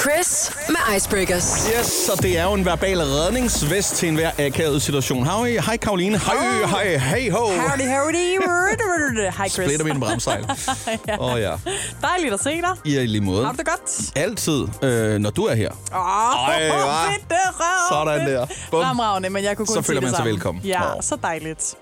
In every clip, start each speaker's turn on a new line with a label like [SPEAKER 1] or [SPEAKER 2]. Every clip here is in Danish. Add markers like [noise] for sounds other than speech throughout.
[SPEAKER 1] Chris med Icebreakers.
[SPEAKER 2] Yes, så det er jo en verbal redningsvest til enhver akavet situation. Hej, hej Karoline. Hej,
[SPEAKER 3] Hej.
[SPEAKER 2] hej, hey ho.
[SPEAKER 3] Howdy,
[SPEAKER 2] [laughs]
[SPEAKER 3] howdy. Hej, Chris.
[SPEAKER 2] Splitter
[SPEAKER 3] [laughs]
[SPEAKER 2] min [laughs] bramsejl. Åh oh, ja,
[SPEAKER 3] Dejligt at se dig.
[SPEAKER 2] i lige måde.
[SPEAKER 3] Har du det godt?
[SPEAKER 2] Altid, øh, når du er her,
[SPEAKER 3] Åh,
[SPEAKER 2] Ej, hva?
[SPEAKER 3] fedt, det er rart.
[SPEAKER 2] Sådan der. Bum.
[SPEAKER 3] Fremragende, men jeg kunne
[SPEAKER 2] Så
[SPEAKER 3] kun sige
[SPEAKER 2] føler
[SPEAKER 3] det
[SPEAKER 2] man sig
[SPEAKER 3] samme.
[SPEAKER 2] velkommen.
[SPEAKER 3] Ja,
[SPEAKER 2] Åh.
[SPEAKER 3] så dejligt.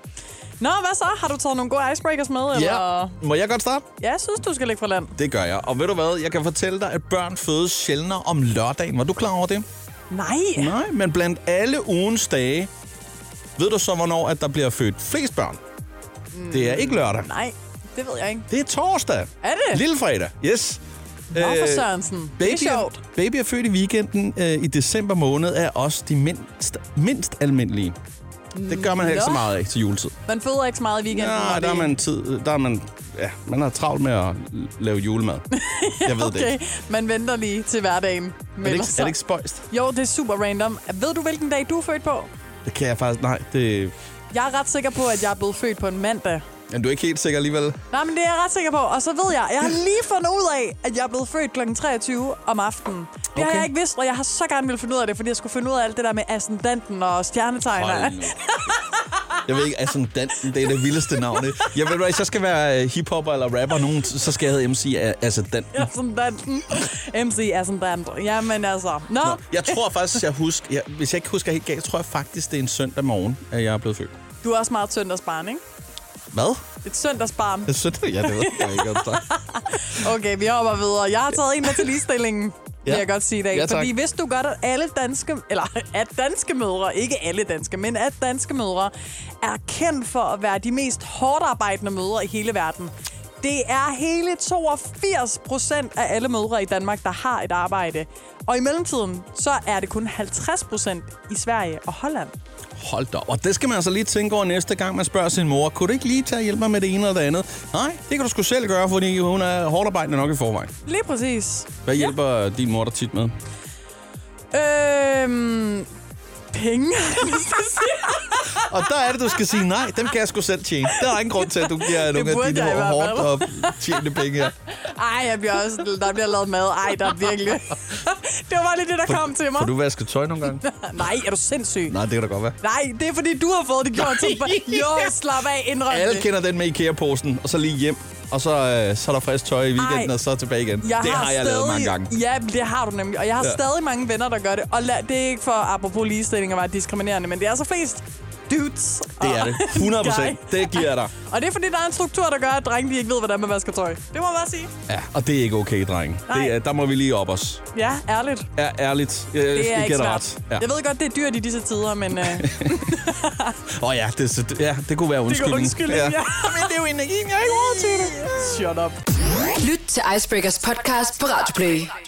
[SPEAKER 3] Nå, hvad så? Har du taget nogle gode icebreakers med? Eller?
[SPEAKER 2] Må jeg godt starte?
[SPEAKER 3] Ja, jeg synes, du skal lægge for land.
[SPEAKER 2] Det gør jeg. Og ved du hvad? Jeg kan fortælle dig, at børn fødes sjældnere om lørdagen. Var du klar over det?
[SPEAKER 3] Nej.
[SPEAKER 2] Nej, men blandt alle ugens dage, ved du så, hvornår at der bliver født flest børn? Det er ikke lørdag.
[SPEAKER 3] Nej, det ved jeg ikke.
[SPEAKER 2] Det er torsdag.
[SPEAKER 3] Er det?
[SPEAKER 2] Lille fredag. Yes. Øh,
[SPEAKER 3] Nå, for Sørensen. Det er sjovt.
[SPEAKER 2] baby er født i weekenden øh, i december måned, er også de mindst, mindst almindelige. Det gør man heller ikke så
[SPEAKER 3] Nå.
[SPEAKER 2] meget af til juletid.
[SPEAKER 3] Man føder ikke så meget i weekenden.
[SPEAKER 2] Ja,
[SPEAKER 3] og
[SPEAKER 2] der er
[SPEAKER 3] det-
[SPEAKER 2] man tid, øh, der er man, ja, man har travlt med at lave
[SPEAKER 3] [laughs]
[SPEAKER 2] julemad. Jeg ved det
[SPEAKER 3] Okay, altså-
[SPEAKER 2] ikke.
[SPEAKER 3] man venter lige til hverdagen.
[SPEAKER 2] Er det ikke, er det ikke spøjst?
[SPEAKER 3] Jo, det er super random. Ved du, hvilken dag du er født på?
[SPEAKER 2] Det kan jeg faktisk, nej, det...
[SPEAKER 3] Jeg er ret sikker på, at jeg er blevet født på en mandag.
[SPEAKER 2] Men du er ikke helt sikker alligevel.
[SPEAKER 3] Nej, men det er jeg ret sikker på. Og så ved jeg, jeg har lige fundet ud af, at jeg er blevet født kl. 23 om aftenen. Det okay. har
[SPEAKER 2] Okay.
[SPEAKER 3] jeg ikke vidst, og jeg har så gerne ville finde ud af det, fordi jeg skulle finde ud af alt det der med ascendanten og stjernetegner.
[SPEAKER 2] Hold nu. Jeg ved ikke, altså, Dan, det er det vildeste navn. ikke? Jeg ved, du hvad, hvis jeg skal være øh, hiphopper eller rapper nogen, så skal jeg hedde MC, øh, altså Dan.
[SPEAKER 3] [laughs] Ascendanten. MC ascendant. Jamen altså. Nå,
[SPEAKER 2] Nå, jeg tror faktisk, jeg husker, jeg, hvis jeg ikke husker helt galt, tror jeg faktisk, det er en søndag morgen, at jeg er blevet født.
[SPEAKER 3] du er også meget et søndagsbarn, ikke?
[SPEAKER 2] Hvad?
[SPEAKER 3] Et søndagsbarn.
[SPEAKER 2] En søndag? Ja, det ved jeg ikke. om der-
[SPEAKER 3] Okay, vi hopper videre. Jeg har taget en med til ligestillingen. Ja. Vil jeg godt sige i dag.
[SPEAKER 2] Ja, tak.
[SPEAKER 3] Fordi hvis du godt, at alle danske, eller [laughs] at danske mødre, ikke alle danske, men at danske mødre er kendt for at være de mest hårdt arbejdende mødre i hele verden. Det er hele 82 procent af alle mødre i Danmark, der har et arbejde. Og i mellemtiden, så er det kun 50 procent i Sverige og Holland.
[SPEAKER 2] Hold da op. Og det skal man altså lige tænke over næste gang, man spørger sin mor, kunne du ikke lige tage og hjælpe mig med det ene eller det andet? Nej, det kan du sgu selv gøre, fordi hun er hårdarbejdende nok i forvejen.
[SPEAKER 3] Lige præcis.
[SPEAKER 2] Hvad hjælper ja. din mor der tit med?
[SPEAKER 3] Øhm, penge. [laughs]
[SPEAKER 2] Og der er det, du skal sige, nej, dem kan jeg sgu selv tjene. Der er ingen grund til, at du giver nogle af
[SPEAKER 3] burde
[SPEAKER 2] dine
[SPEAKER 3] jeg i hvert
[SPEAKER 2] hårdt
[SPEAKER 3] fald.
[SPEAKER 2] og tjente penge her.
[SPEAKER 3] Ej, jeg bliver også, der bliver lavet mad. Ej, der er virkelig... [laughs] det var bare lige det, der kom til mig.
[SPEAKER 2] Får du vasket tøj nogle gange?
[SPEAKER 3] Nej, er du sindssyg?
[SPEAKER 2] [laughs]
[SPEAKER 3] Nej.
[SPEAKER 2] Nej, det kan da godt være.
[SPEAKER 3] Nej, det er fordi, du har fået det gjort til
[SPEAKER 2] [laughs]
[SPEAKER 3] Jo, slap af, indrøm
[SPEAKER 2] Alle
[SPEAKER 3] det.
[SPEAKER 2] kender den med IKEA-posen, og så lige hjem. Og så, øh, så er der frisk tøj i weekenden,
[SPEAKER 3] Ej.
[SPEAKER 2] og så tilbage igen.
[SPEAKER 3] Jeg
[SPEAKER 2] det har, jeg
[SPEAKER 3] stadig,
[SPEAKER 2] lavet mange gange.
[SPEAKER 3] Ja, det har du nemlig. Og jeg har
[SPEAKER 2] Ja.
[SPEAKER 3] ja. stadig mange venner, der gør det. Og la- det er ikke for, apropos ligestilling, at være diskriminerende, men det er så flest dudes.
[SPEAKER 2] Det
[SPEAKER 3] [laughs]
[SPEAKER 2] er det. 100 procent. Det giver jeg dig.
[SPEAKER 3] Og det er fordi, der er en struktur, der gør, at drenge de ikke ved, hvordan man vasker tøj. Det må man bare sige.
[SPEAKER 2] Ja, og det er ikke okay, dreng.
[SPEAKER 3] Nej.
[SPEAKER 2] Det er, der må vi lige op os.
[SPEAKER 3] Ja, ærligt.
[SPEAKER 2] Ja, ærligt. Jeg,
[SPEAKER 3] Det er
[SPEAKER 2] jeg
[SPEAKER 3] ikke
[SPEAKER 2] giver dig
[SPEAKER 3] svært.
[SPEAKER 2] ret.
[SPEAKER 3] Ja. Jeg ved godt, det er dyrt i disse tider, men... Øh,
[SPEAKER 2] Åh oh, ja, det, så- ja, det kunne være undskyldning.
[SPEAKER 3] undskyldning, ja.
[SPEAKER 2] [laughs] Men det er jo energien, jeg har ikke råd til det.
[SPEAKER 3] shut up.
[SPEAKER 1] Lyt til Icebreakers podcast på Radio Play.